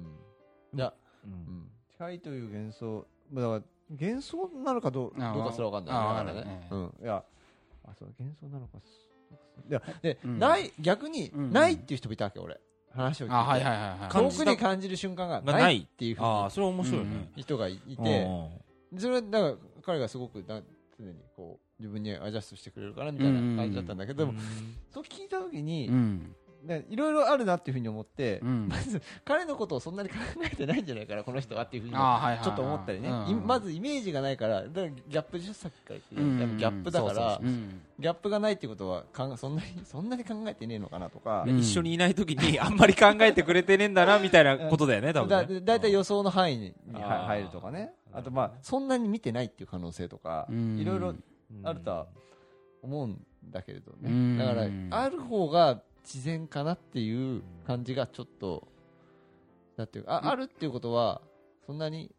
Speaker 4: いや、
Speaker 2: う
Speaker 4: うんん、近いという幻想まあだから幻想なのかどう
Speaker 3: あ
Speaker 4: どうかすら分かんない
Speaker 3: あ
Speaker 4: だか
Speaker 3: わ
Speaker 4: ら
Speaker 3: かんないね
Speaker 4: うん、いやあそう幻想なのかすいやで、
Speaker 3: うん
Speaker 4: ない逆に
Speaker 3: うん
Speaker 4: ないっていう人もいたわけ俺、話を聞いて、
Speaker 3: あはいはいはいはい
Speaker 2: 感
Speaker 4: 遠
Speaker 2: じ
Speaker 4: くに感じる瞬間が
Speaker 2: がな
Speaker 4: ないいっていうふう
Speaker 2: ああ、それ面白い
Speaker 3: うんう
Speaker 2: ね
Speaker 3: ん。
Speaker 4: に人がいて、それはだから彼がすごくな常にこう自分にアジャストしてくれるからみたいな感じだったんだけど、
Speaker 2: でも
Speaker 4: でも、そう聞いた時
Speaker 3: う
Speaker 4: に
Speaker 3: ん
Speaker 4: ねいろいろあるなっていうふうに思って、
Speaker 3: うん
Speaker 4: まず彼のことをそんなに考えてないんじゃないからこの人はっていうふうに
Speaker 3: あーはいはいはい
Speaker 4: ちょっと思ったりね、
Speaker 3: うん
Speaker 4: いまずイメージがないからだからギャップ10作から言ってやっぱギャップだからギャップがないってことはかんそんなに [LAUGHS] そんなに考えてねえのかなとか、
Speaker 2: 一緒にいないとき
Speaker 3: [LAUGHS]
Speaker 2: に、あんまり考えてくれてねえんだな、みたいなことだよね、多
Speaker 4: だ
Speaker 2: 分ね。
Speaker 4: だいたい予想の範囲に
Speaker 2: あ
Speaker 4: に
Speaker 2: ー
Speaker 4: は入るとかねあとまあそんなに見てないっていう可能性とかいろいろあるとは思うんだけれど
Speaker 3: う
Speaker 4: ね
Speaker 3: ん
Speaker 4: だからある方が自然かなっていう感じがちょっとだっていうかああるっていうことはそんなに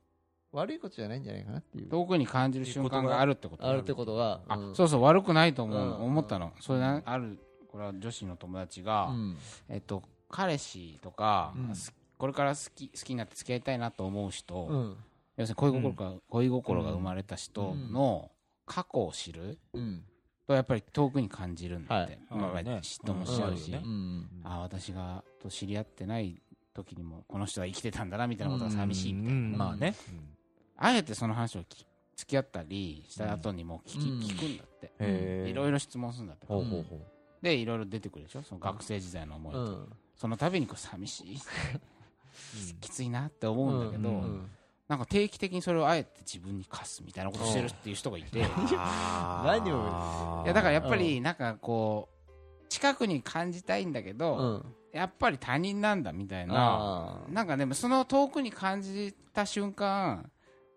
Speaker 4: 悪いことじゃないんじゃないかなっていう
Speaker 3: 遠くに感じる瞬間があるってこと
Speaker 4: あるってことは
Speaker 3: あ
Speaker 4: うん
Speaker 3: そうそう悪くないと思う
Speaker 4: うん
Speaker 3: 思ったのそれなあるこれは女子の友達が
Speaker 4: うん
Speaker 3: えっと彼氏とか
Speaker 4: うん
Speaker 3: すこれから好き好きになって付き合いたいなと思う
Speaker 4: う
Speaker 3: 人
Speaker 4: ん
Speaker 3: 要するに恋心が恋心が生まれた人の過去を知る
Speaker 4: うん
Speaker 3: とやっぱり遠くに感じるんだっ
Speaker 2: は
Speaker 3: て
Speaker 2: い
Speaker 3: まあ
Speaker 2: うんね
Speaker 3: 嫉妬もしちゃうし
Speaker 2: うん
Speaker 4: うん
Speaker 3: あ私がと知り合ってない時にもこの人は生きてたんだなみたいなことが寂しいみたいな、
Speaker 2: うんまあね。
Speaker 3: あえてその話をき付き合ったりした後にも聞き、
Speaker 4: うん
Speaker 3: 聞くんだって、
Speaker 2: へー
Speaker 3: いろいろ質問するんだって、
Speaker 2: ほうほうほう。
Speaker 3: でいろいろ出てくるでしょその学生時代の思いと、
Speaker 4: うん
Speaker 3: その度にこう寂しいきついなって思うんだけど、
Speaker 2: うん
Speaker 4: うん
Speaker 3: なんか定期的にそれをあえて自分に課すみたいなことしてるっていう人がいて、
Speaker 4: 何
Speaker 2: を
Speaker 3: いやだからやっぱりなんかこう近くに感じたいんだけど、
Speaker 4: うん
Speaker 3: やっぱり他人なんだみたいな
Speaker 4: あー
Speaker 3: なんかね、その遠くに感じた瞬間、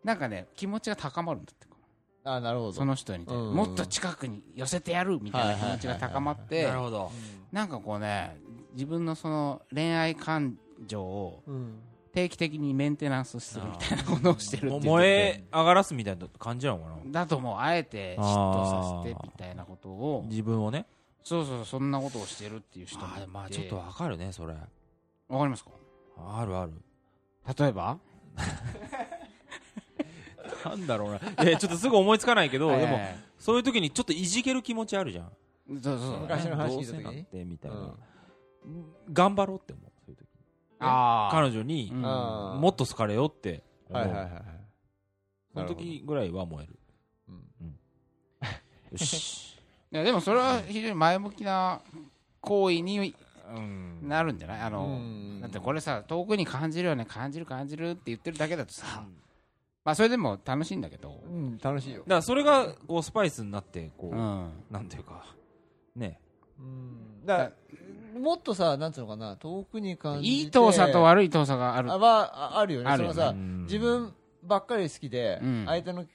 Speaker 3: なんかね、気持ちが高まるんだって。
Speaker 4: あーなるほど
Speaker 3: その人に対して
Speaker 4: うん
Speaker 3: もっと近くに寄せてやるみたいな気持ちが高まって
Speaker 2: な、るほど。
Speaker 3: なんかこうね、自分のその恋愛感情を
Speaker 4: うん
Speaker 3: 定期的にメンテナンスするみたいなことをしてるって言
Speaker 2: も
Speaker 3: ってて
Speaker 2: 燃え上がらすみたいな感じなのかな
Speaker 3: だともうあえて嫉妬させてみたいなことを
Speaker 2: 自分をね。
Speaker 3: そうそうそんなことをしてるっていう人もい
Speaker 2: あ
Speaker 3: て
Speaker 2: ーまあちょっと
Speaker 3: わ
Speaker 2: わかるね、それ。
Speaker 3: かりますか
Speaker 2: あるある。
Speaker 3: 例えば
Speaker 2: なんだろうな。え、ちょっとすぐ [LAUGHS] 思いつかないけど、でも、
Speaker 3: え
Speaker 2: そういう時にちょっといじける気持ちあるじゃん。
Speaker 3: えそうそうそう
Speaker 4: 昔の話聞いた
Speaker 2: どうせ
Speaker 4: 時
Speaker 2: なん
Speaker 4: に
Speaker 2: てみたいな
Speaker 4: う。
Speaker 2: 頑張ろうって思う。そういう時
Speaker 3: あー
Speaker 2: 彼女に
Speaker 3: う、ん
Speaker 4: あー
Speaker 2: もっと好かれよって思
Speaker 4: はいはいは
Speaker 2: う
Speaker 4: い。はい
Speaker 2: その時ぐらいは燃える。
Speaker 4: うん
Speaker 2: よ
Speaker 4: [LAUGHS]
Speaker 2: し。
Speaker 3: いやでもそれは非常に前向きな行為に
Speaker 2: うん
Speaker 3: なるんじゃないあ
Speaker 4: う
Speaker 3: の、
Speaker 4: ん
Speaker 3: だってこれさ遠くに感じるよね感じる感じるって言ってるだけだとさ、まあそれでも楽しいんだけど
Speaker 4: うん楽しいよ
Speaker 2: だからそれがこうスパイスになってこ
Speaker 3: う
Speaker 2: う、
Speaker 3: ん
Speaker 2: なんていうかね
Speaker 4: うんだからもっとさなんつうのかな遠くに感じて
Speaker 3: いい遠さと
Speaker 4: あ
Speaker 3: 悪い遠さがある
Speaker 4: はああるよね
Speaker 3: あ
Speaker 4: そ
Speaker 3: るよね
Speaker 4: のさ
Speaker 2: うん
Speaker 4: 自分ばっかり好きで
Speaker 3: うん
Speaker 4: 相手の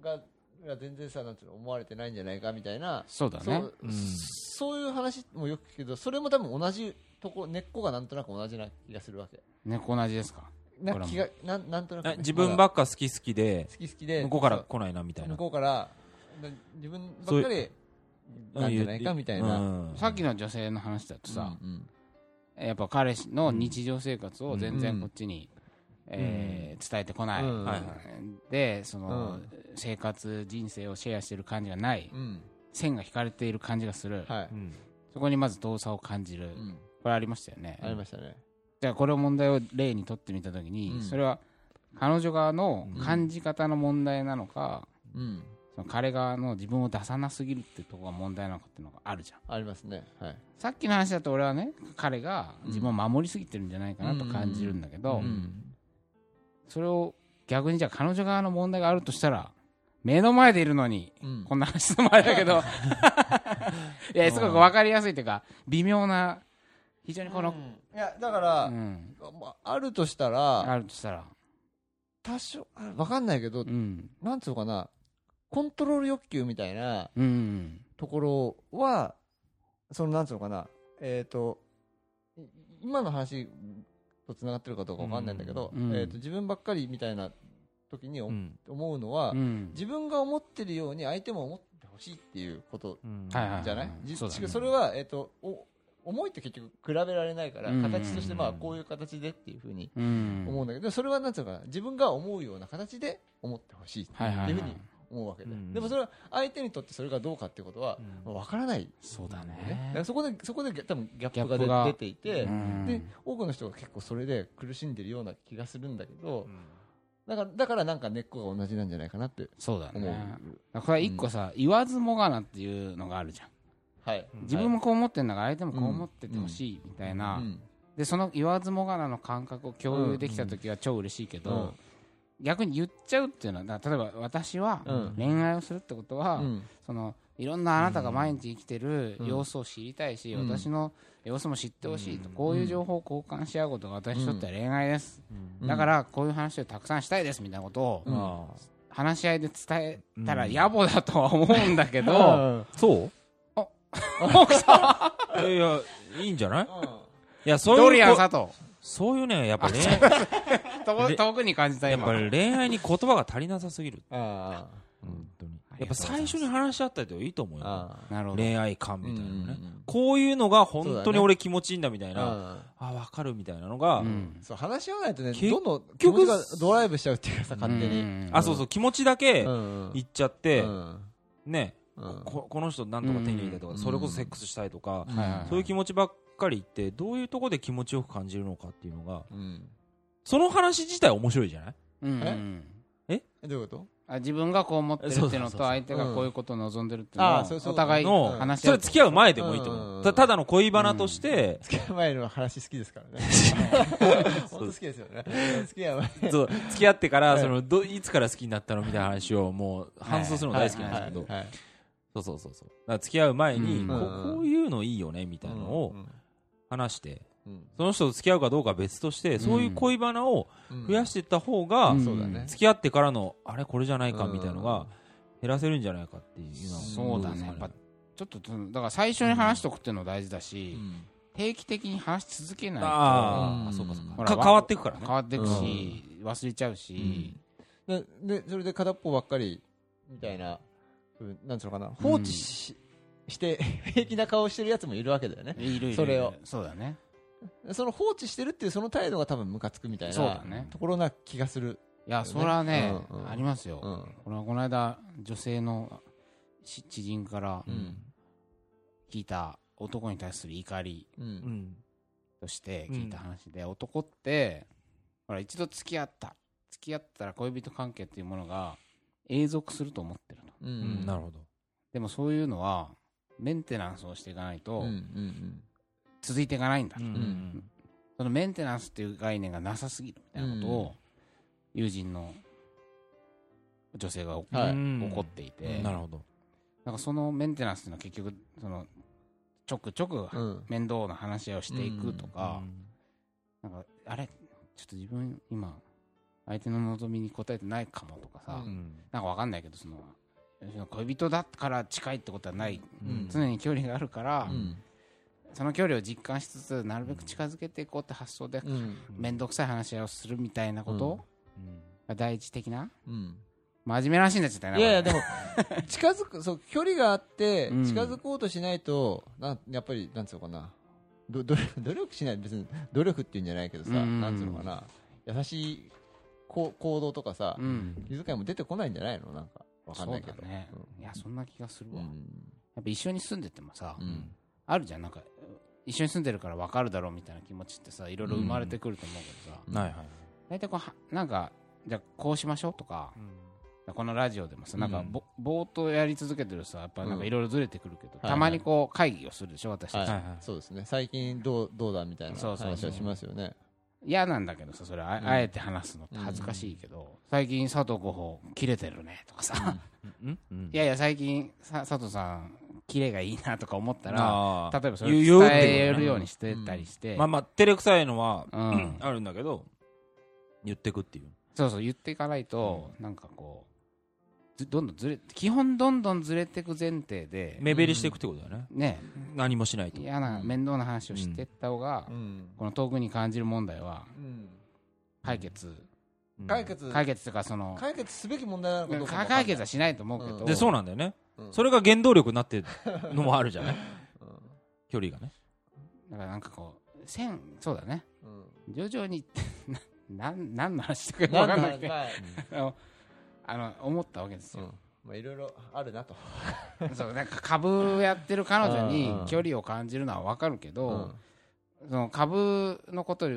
Speaker 4: がが全然さなんつうの思われてないんじゃないかみたいな
Speaker 3: そうだ
Speaker 4: そ
Speaker 3: ね
Speaker 4: う
Speaker 2: うん
Speaker 4: そういう話もよく聞くけどそれも多分同じとこ根っこがなんとなく同じな気がするわけ
Speaker 3: 猫同じですか
Speaker 4: な
Speaker 3: これも
Speaker 4: 気がなんなんとなくね
Speaker 2: あ自分ばっか好き好きで
Speaker 4: まだ好き好きで
Speaker 2: 向こうから
Speaker 4: そ
Speaker 2: 来ないなみた
Speaker 4: う
Speaker 2: いな
Speaker 4: 向こうからな自分ばっかりなんじゃないかみたいな
Speaker 2: うん
Speaker 3: さっきの女性の話だとさ、
Speaker 4: うんうん
Speaker 3: やっぱ彼氏の日常生活を全然こっちに、えー伝えてこない、
Speaker 4: うん
Speaker 2: はい
Speaker 3: でその、
Speaker 4: う
Speaker 3: 生活人生をシェアしてる感じがない
Speaker 4: うん
Speaker 3: 線が引かれている感じがする、
Speaker 4: はい
Speaker 2: うん
Speaker 3: そこにまず動作を感じる、
Speaker 4: うん
Speaker 3: これありましたよね
Speaker 4: ありましたね
Speaker 3: じゃあこれを問題を例にとってみたときに、
Speaker 4: うん
Speaker 3: それは彼女側の
Speaker 4: うん
Speaker 3: 感じ方の問題なのか、
Speaker 4: うん
Speaker 3: その彼側の自分を出さなすぎるってとこが問題なのかっていうのがあるじゃん
Speaker 4: ありますねはい
Speaker 3: さっきの話だと俺はね彼が自分を守りすぎてるんじゃないかなと
Speaker 4: うん
Speaker 3: 感じるんだけど、
Speaker 4: うん
Speaker 3: それを逆にじゃあ彼女側の問題があるとしたら目の前でいるのに、
Speaker 4: うん
Speaker 3: こんな話の前だけ
Speaker 4: [LAUGHS]
Speaker 3: どいやすごく分かりやすいというか微妙な非常にこの、
Speaker 4: いやだか
Speaker 3: う
Speaker 4: ら、
Speaker 3: ん、
Speaker 4: まあ、あるとしたら
Speaker 3: あるとしたら、
Speaker 4: 多少あわかんないけど、
Speaker 3: うん
Speaker 4: なんつうのかなコントロール欲求みたいな
Speaker 3: うん、
Speaker 4: ところはそのなんつうのかなえっ、とい今の話とつながってるかどうかわかんないんだけど、
Speaker 3: うん
Speaker 4: えー、と自分ばっかりみたいな時にお
Speaker 2: うん
Speaker 4: 思うのは、
Speaker 3: うん
Speaker 4: 自分が思ってるように相手も思ってほしいっていうこと
Speaker 2: うん
Speaker 3: はいはい
Speaker 4: じゃない、
Speaker 3: うん
Speaker 4: じ
Speaker 3: そうだね
Speaker 4: 違うそれは、えっとお思いって結局比べられないから、
Speaker 3: うん
Speaker 4: 形としてまあこういう形でっていうふうに
Speaker 3: うん
Speaker 4: 思うんだけど、それはなんつうのかな自分が思うような形で思ってほしいって
Speaker 3: はいはいはい
Speaker 4: いうふうに思う、思うわけで、
Speaker 2: うん
Speaker 4: でもそれは相手にとってそれがどうかっていうことは
Speaker 2: うん
Speaker 4: 分からない、
Speaker 3: そうだ
Speaker 4: だ
Speaker 3: ね
Speaker 4: からそこでそこで多分ギャップが
Speaker 3: ギャップ
Speaker 4: 出
Speaker 3: が
Speaker 4: 出ていて、
Speaker 3: うん
Speaker 4: で多くの人が結構それで苦しんでるような気がするんだけど、だからだからなんか根っこが同じなんじゃないかなって
Speaker 3: そうだ
Speaker 4: 思う、
Speaker 3: ねだから一個さ、言わずもがなっていうのがあるじゃん
Speaker 4: はい
Speaker 3: 自分もこう思ってんだから相手もこう思っててほしいみたいな、
Speaker 4: はいうん
Speaker 3: でその言わずもがなの感覚を共有できた時は超嬉しいけど、逆に言っちゃうっていうのはだから例えば私は
Speaker 4: うん
Speaker 3: 恋愛をするってことは、
Speaker 4: うん
Speaker 3: そのいろんなあなたが毎日生きてる様子を知りたいし、
Speaker 4: うん
Speaker 3: 私の様子も知ってほしいと、
Speaker 2: うん
Speaker 3: こういう情報を交換し合うことが私にとっては恋愛です、
Speaker 4: うん
Speaker 3: だからこういう話をたくさんしたいですみたいなことを
Speaker 4: うん
Speaker 2: あ
Speaker 3: 話し合いで伝え
Speaker 2: あ
Speaker 3: たら
Speaker 2: うん
Speaker 3: 野暮だとは思うんだけど、
Speaker 2: そう
Speaker 3: あ
Speaker 2: 奥さんいやいやいいんじゃないいや [LAUGHS] そう
Speaker 3: ド
Speaker 2: い
Speaker 3: リ
Speaker 2: う
Speaker 3: アン
Speaker 2: こ
Speaker 3: 佐藤
Speaker 2: そういうねやっぱ恋愛
Speaker 3: 遠
Speaker 2: で
Speaker 3: 遠くに感じた
Speaker 2: やっ
Speaker 3: 今
Speaker 2: ぱり恋愛に言葉が足りなさすぎる
Speaker 4: あー
Speaker 2: 本当に
Speaker 3: あり
Speaker 2: やっぱ
Speaker 3: がとうござい
Speaker 2: 最
Speaker 3: ます
Speaker 2: 初に話し合ったりといいと思うよ
Speaker 4: あ
Speaker 3: なるほど、
Speaker 2: 恋愛感
Speaker 4: ー
Speaker 2: みたいなのね
Speaker 4: うんうん
Speaker 2: こういうのが本
Speaker 4: そ
Speaker 2: 当
Speaker 4: うだ
Speaker 2: に
Speaker 4: ね
Speaker 2: 俺気持ちいいんだみたい
Speaker 4: うん
Speaker 2: な
Speaker 4: あ
Speaker 2: あ分かるみたいなのが
Speaker 3: うん
Speaker 4: ーそう話し合わないとね
Speaker 2: 結
Speaker 4: どんどん気持ちがドライブしちゃうっていうかさ勝手
Speaker 3: う
Speaker 4: に
Speaker 3: ん
Speaker 2: あそうそう気持ちだけ
Speaker 4: うん
Speaker 2: 言っちゃって
Speaker 4: うん
Speaker 2: ね
Speaker 4: うん
Speaker 2: ここの人なんとか手に入れたいと
Speaker 4: う
Speaker 2: か
Speaker 4: ん
Speaker 2: それこそセックスしたいとか
Speaker 3: はいはいはい
Speaker 2: そういう気持ちばっかり言ってどういうとこで気持ちよく感じるのかっていうのが
Speaker 4: うん
Speaker 2: その話自体面白いじゃない
Speaker 3: うんうん
Speaker 4: えどういうこと
Speaker 3: あ自分がこう思ってるっていうの
Speaker 2: そうそうそ
Speaker 3: と
Speaker 2: うそう
Speaker 3: 相手がこういうことを望んでるっていうの
Speaker 4: あそう
Speaker 3: を
Speaker 4: そう
Speaker 3: お互い
Speaker 2: の
Speaker 3: 話し
Speaker 2: そ
Speaker 3: 合
Speaker 2: れ
Speaker 3: う
Speaker 2: 付き合う前でもいいと思
Speaker 4: う
Speaker 2: うんたただの恋バナとして
Speaker 4: 付き合う前の話好きですからね本当好きですよね付き合う前
Speaker 2: そう付き合ってから
Speaker 4: はい
Speaker 2: そのどいつから好きになったのみたいな話をもう反送するの大好きなんですけど
Speaker 4: はいはい
Speaker 2: そうそうそうそうだから付き合う前に、
Speaker 3: うん
Speaker 2: こ
Speaker 4: うん
Speaker 2: こういうのいいよねみたいなのを話してその人と付き合うかどうかは別として、そういう恋バナを増やしてていった方が、
Speaker 3: うん
Speaker 4: そうだね
Speaker 2: 付き合ってからのあれこれじゃないかみたいなのが減らせるんじゃないかっていうのは
Speaker 3: そうだ
Speaker 2: どです
Speaker 3: ね
Speaker 2: か
Speaker 3: やっぱちょっとそのだから最初に話しておくっていうの大事だ
Speaker 4: う
Speaker 3: し、
Speaker 4: ん
Speaker 3: 定期的に話し続けないと
Speaker 2: ああ、
Speaker 4: うん
Speaker 2: そうかそうか
Speaker 3: ほ
Speaker 2: らか変わっていくからね
Speaker 3: 変わっていくし、忘れちゃうし、
Speaker 4: うんででそれで片っぽばっかりみたいなうんなんつうのかな放置しして [LAUGHS] 平気な顔してるやつもいるわけだよね
Speaker 3: いるいるいる
Speaker 4: それを
Speaker 3: そうだね
Speaker 4: その放置してるっていうその態度が多分ムカつくみたい
Speaker 3: そうだ
Speaker 4: な
Speaker 3: ね
Speaker 4: ところな気がする
Speaker 3: いやそれはね、
Speaker 4: うんうん
Speaker 3: ありますよ、
Speaker 4: うん
Speaker 3: これはこの間女性のし知人から
Speaker 4: うん
Speaker 3: 聞いた男に対する怒り、
Speaker 4: う
Speaker 2: うんん
Speaker 3: として聞いた話で、男ってほら一度付き合った付き合ったら恋人関係っていうものが永続すると思ってると
Speaker 4: う
Speaker 2: うんんなるほど
Speaker 3: でもそういうのはメンテナンスをしていかないと
Speaker 4: うんうん
Speaker 3: 続いていかないんだ、
Speaker 2: うん
Speaker 3: そのメンテナンスっていう概念がなさすぎるみたいなことを友人の女性がお
Speaker 4: はい
Speaker 2: うん
Speaker 3: 怒っていて、
Speaker 2: なるほど
Speaker 3: なんかそのメンテナンスっていうのは結局そのちょくちょく
Speaker 4: うんうん
Speaker 3: 面倒な話し合いをしていくとか、なんか、あれ、ちょっと自分、今、相手の望みに応えてないかもとかさ、
Speaker 4: うん
Speaker 3: なんかわかんないけど、その、その恋人だから近いってことはない。
Speaker 4: うん
Speaker 3: 常に距離があるから、
Speaker 4: うん
Speaker 3: その距離を実感しつつ、なるべく近づけていこうって発想で、
Speaker 4: うん
Speaker 3: 面倒くさい話し合いをするみたいなことが第一的な、
Speaker 4: うん
Speaker 3: 真面目な話になっちゃったよ
Speaker 4: い
Speaker 3: ね。
Speaker 4: やいや、
Speaker 3: これ
Speaker 4: でも、近づく、そう、距離があって、
Speaker 3: うん
Speaker 4: 近づこうとしないと、なん、やっぱり、なんつうのかな。ど、努力、努力しない、別に、努力っていうんじゃないけどさ、
Speaker 3: うん
Speaker 4: なんつうのかな。優しい、こう、行動とかさ、
Speaker 3: うん。
Speaker 4: 気遣いも出てこないんじゃないのなんか、わかん
Speaker 3: そ
Speaker 4: な
Speaker 3: う
Speaker 4: い
Speaker 3: だ
Speaker 4: けど。
Speaker 3: ね。いや、そんな気がする
Speaker 4: う
Speaker 3: わ。や
Speaker 4: ん。
Speaker 3: っぱ一緒に住んでてもさ、
Speaker 4: うん。
Speaker 3: あるじゃん、なんか、一緒に住んでるから分かるだろうみたいな気持ちってさ、いろいろ生まれてくると思うけどさ、
Speaker 4: うん
Speaker 2: はいはい
Speaker 3: 大体こうはなんかじゃあこうしましょうとか、このラジオでもさなんかぼ、ぼーっとやり続けてるとさやっぱなん
Speaker 4: う
Speaker 3: か
Speaker 4: ん
Speaker 3: いろいろずれてくるけど、
Speaker 4: はい
Speaker 3: たまにこう会議をするでしょ私たち、
Speaker 4: はい
Speaker 2: はいはい
Speaker 4: そうですね。最近、どう、どうだみたいな
Speaker 3: そうそうそう
Speaker 4: 話はしますよね。
Speaker 3: 嫌なんだけどさそれあ,、
Speaker 4: うん
Speaker 3: あえて話すのって恥ずかしいけど、最近佐藤候補キレてるねとかさ、
Speaker 2: うんうん
Speaker 3: [LAUGHS] いやいや最近さ佐藤さんキレがいいなとか思ったら
Speaker 2: あー
Speaker 3: 例えばそれを
Speaker 2: 言うよ
Speaker 3: 伝
Speaker 2: ってことね
Speaker 3: えるようにしてたりして、
Speaker 2: まあまあ照れくさいのは
Speaker 3: うん
Speaker 2: あるんだけど言ってくっていう
Speaker 3: そうそう言っていかないと、なんかこうずどんどんずれ基本どんどんずれていく前提で
Speaker 2: 目減りしていくってことだよね
Speaker 3: ね
Speaker 2: 何もしないと
Speaker 3: 嫌な面倒な話をしてった方が、
Speaker 4: うん。
Speaker 3: この遠くに感じる問題は
Speaker 4: うん。
Speaker 3: 解決、
Speaker 4: 解決、
Speaker 3: 解決というかその
Speaker 4: 解決すべき問題なのかどうかもわかんない。
Speaker 3: 解決はしないと思うけど、
Speaker 4: うん
Speaker 2: でそうなんだよね
Speaker 4: うん
Speaker 2: それが原動力になってるのもあるじゃない
Speaker 4: うん
Speaker 2: 距離がね
Speaker 3: だからなんかこう線そうだね
Speaker 4: うん
Speaker 3: 徐々に [LAUGHS] ななん何の話とか分
Speaker 4: な
Speaker 3: かんない
Speaker 4: ん
Speaker 3: け
Speaker 4: だ
Speaker 3: どあのあの思ったわけです
Speaker 4: う
Speaker 3: よ、
Speaker 4: んまあいろいろあるなと。
Speaker 3: そうなんか株やってる彼女に
Speaker 4: うん
Speaker 3: 距離を感じるのはわかるけど、
Speaker 4: うん
Speaker 3: その株のことを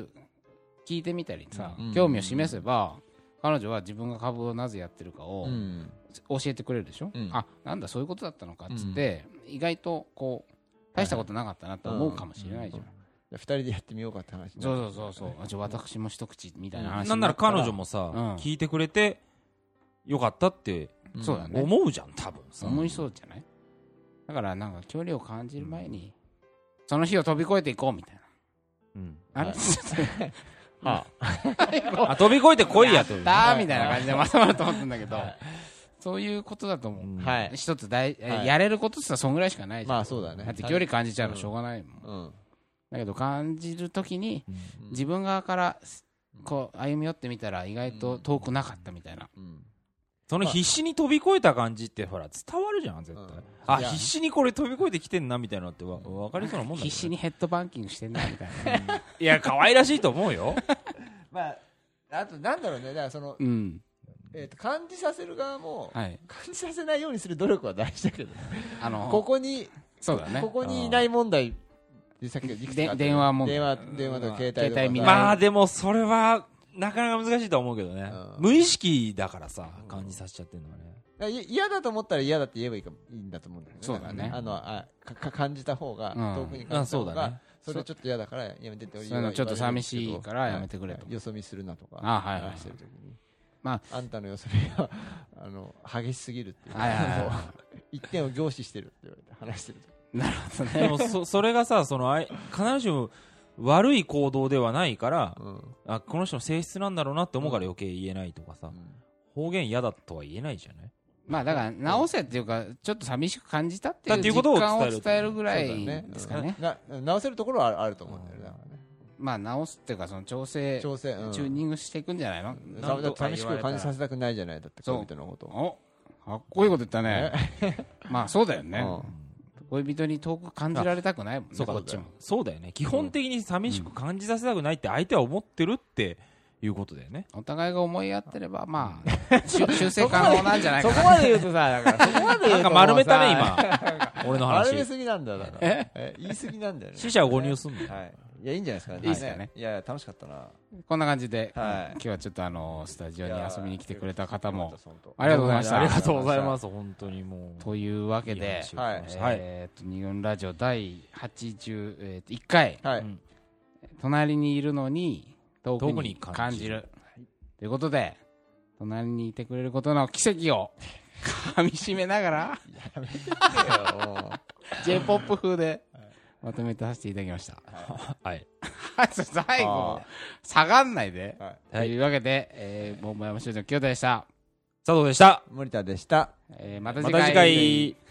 Speaker 3: 聞いてみたりさ、
Speaker 4: うん
Speaker 3: 興味を示せば彼女は自分が株をなぜやってるかを
Speaker 4: うん
Speaker 3: 教えてくれるでしょ、
Speaker 4: うん
Speaker 3: あなんだそういうことだったのかっつって、意外とこう大したことなかったなと思うかもしれないじゃん、
Speaker 4: 二人でやってみようかって話にな
Speaker 3: そ
Speaker 4: る。
Speaker 3: うそうそうそうあじゃあ私も一口みたいな話
Speaker 2: なんなら彼女
Speaker 3: も、
Speaker 2: もさ、
Speaker 3: うん
Speaker 2: 聞いてくれてよかったって
Speaker 4: うん
Speaker 3: そうだね
Speaker 2: 思うじゃん多分さ、
Speaker 3: 思いそうじゃないだからなんか距離を感じる前に、その日を飛び越えていこうみたいな
Speaker 2: うん
Speaker 3: あれ、
Speaker 4: はい
Speaker 3: あ
Speaker 2: あ飛び越えてこいやという
Speaker 3: だーみたいな感じでまとまると思ったんだけど、そういうことだと思う、
Speaker 4: はい。
Speaker 3: 一つ大、え
Speaker 4: はい
Speaker 3: やれることってさそんぐらいしかないじゃん、
Speaker 4: まあそうだね。
Speaker 3: だって距離感じちゃうのしょうがないもん、
Speaker 4: うん。
Speaker 3: だけど感じるときに
Speaker 4: うん
Speaker 3: 自分側からこう歩み寄ってみたら意外と遠くなかったみたいな、
Speaker 4: うん
Speaker 2: その必死に飛び越えた感じってほら伝わるじゃん絶対、
Speaker 4: うん
Speaker 2: あ
Speaker 4: いや
Speaker 2: 必死にこれ飛び越えてきてんなみたいなのってわ分かりそうなもんだけどね
Speaker 3: 必死にヘッドバンキングしてんなみ
Speaker 2: [LAUGHS]
Speaker 3: たいな
Speaker 2: いや可愛らしいと思うよ
Speaker 4: まあ、あとなんだろうね。だからその、
Speaker 3: うん
Speaker 4: えっと、感じさせる側も、
Speaker 3: はい
Speaker 4: 感じさせないようにする努力は大事だけど、
Speaker 3: あの
Speaker 4: ここに、
Speaker 3: そうだね
Speaker 4: ここにいない問題でさっきいくつかあったよね
Speaker 3: で電話問題
Speaker 4: 電話、電話とか携帯とかさ。
Speaker 3: 携帯見ない
Speaker 2: まあでもそれはなかなか難しいと思うけどね、
Speaker 4: うん
Speaker 2: 無意識だからさ感じさせちゃってるのはね、
Speaker 4: だからい嫌だと思ったら嫌だって言えばいいかもいいんだと思うんだよね。
Speaker 3: そうだね
Speaker 4: からあの、あ、かか感じた方
Speaker 3: う
Speaker 4: が、
Speaker 3: ん
Speaker 4: 遠くに感
Speaker 2: あ
Speaker 4: じた
Speaker 2: そ
Speaker 4: 方
Speaker 2: うだ
Speaker 4: が
Speaker 2: ね、
Speaker 4: それちょっと嫌だからやめてって俺
Speaker 3: そういうのちょっと寂しいからやめてくれと
Speaker 4: はいよそ見するなとか。
Speaker 3: あはいはい
Speaker 4: 話してる時に。
Speaker 3: まあ、
Speaker 4: あんたのよそ見は、 [LAUGHS] あの、激しすぎるっていう。
Speaker 3: はいはいはい
Speaker 4: もう一点を凝視してるって言われて話してる時
Speaker 3: なるほど
Speaker 2: で
Speaker 3: ね [LAUGHS]
Speaker 2: もそ
Speaker 4: [LAUGHS]
Speaker 2: それがさそのあい必ずしも悪い行動ではないから、
Speaker 4: うん
Speaker 2: あこの人の性質なんだろうなって思うから余計言えないとかさ、方言嫌だとは言えないじゃない
Speaker 3: まあだから直せっていうかちょっと寂しく感じたってい
Speaker 2: だ
Speaker 3: う
Speaker 2: っていう
Speaker 3: 実
Speaker 2: ことを伝え
Speaker 3: 感を
Speaker 2: る
Speaker 3: 伝えるぐら
Speaker 4: そう
Speaker 3: い
Speaker 4: だね
Speaker 3: ですかね
Speaker 4: な直せるところはあるあると思うんだよね。だからね
Speaker 3: まあ直すっていうかその調整
Speaker 4: 調整。うん
Speaker 3: チューニングしていくんじゃないの、
Speaker 2: 何度か言われたら
Speaker 4: 寂しく感じさせたくないじゃないだって
Speaker 3: そう
Speaker 4: 恋人のことを
Speaker 3: おかっこいいこと言ったねまあそうだよね、
Speaker 4: うん
Speaker 3: 恋人に遠く感じられたくないもんね
Speaker 2: そうか
Speaker 3: こっちも
Speaker 2: そうだよね基本的に寂しく感じさせたくないって相手は思ってるっていうことだよね、
Speaker 3: お互いが思い合ってればま
Speaker 2: [LAUGHS]
Speaker 3: あしゅ修正可能なんじゃないか
Speaker 4: そ
Speaker 3: な
Speaker 4: こまで言うとさ、だから、 [LAUGHS] そこまで
Speaker 2: なか
Speaker 4: 言うんともうさ
Speaker 2: 丸めたね、
Speaker 4: [LAUGHS]
Speaker 2: 今俺の
Speaker 4: 丸め
Speaker 2: 話
Speaker 4: すぎなんだよだから。え言いすぎな
Speaker 3: [LAUGHS]
Speaker 4: んだよね。
Speaker 2: 死者を誤入すんのよ
Speaker 4: はい。いや、いいんじゃないですかね。
Speaker 3: いいっすかね
Speaker 4: いや、楽しかったな。
Speaker 3: こんな感じで、
Speaker 4: はい
Speaker 3: 今日はちょっとあのスタジオに遊びに来てくれた方も
Speaker 4: 本当
Speaker 3: ありがとうございまし
Speaker 2: あり
Speaker 3: た
Speaker 2: がとうございます本当にもう
Speaker 3: というわけ
Speaker 2: いい
Speaker 3: で
Speaker 2: 話を聞きましたはい、
Speaker 3: えーっと日本ラジオ第81、えーっと1回
Speaker 4: はい。
Speaker 3: 隣にいるのに遠くに
Speaker 2: 遠くに
Speaker 3: 感
Speaker 2: 感じ
Speaker 3: じ
Speaker 2: る
Speaker 3: るということで隣にいてくれることの奇跡をかみしめながら j p o p 風でまとめてさせていただきました
Speaker 2: はい
Speaker 3: 最後
Speaker 4: あ
Speaker 3: 下がんないで、
Speaker 4: はい
Speaker 2: はい
Speaker 3: というわけで、えー、桃山修司の清田でした、
Speaker 2: 佐藤でした
Speaker 4: 森田でした。
Speaker 3: えーまた
Speaker 2: ま
Speaker 3: 次
Speaker 2: た
Speaker 3: 回
Speaker 2: 次回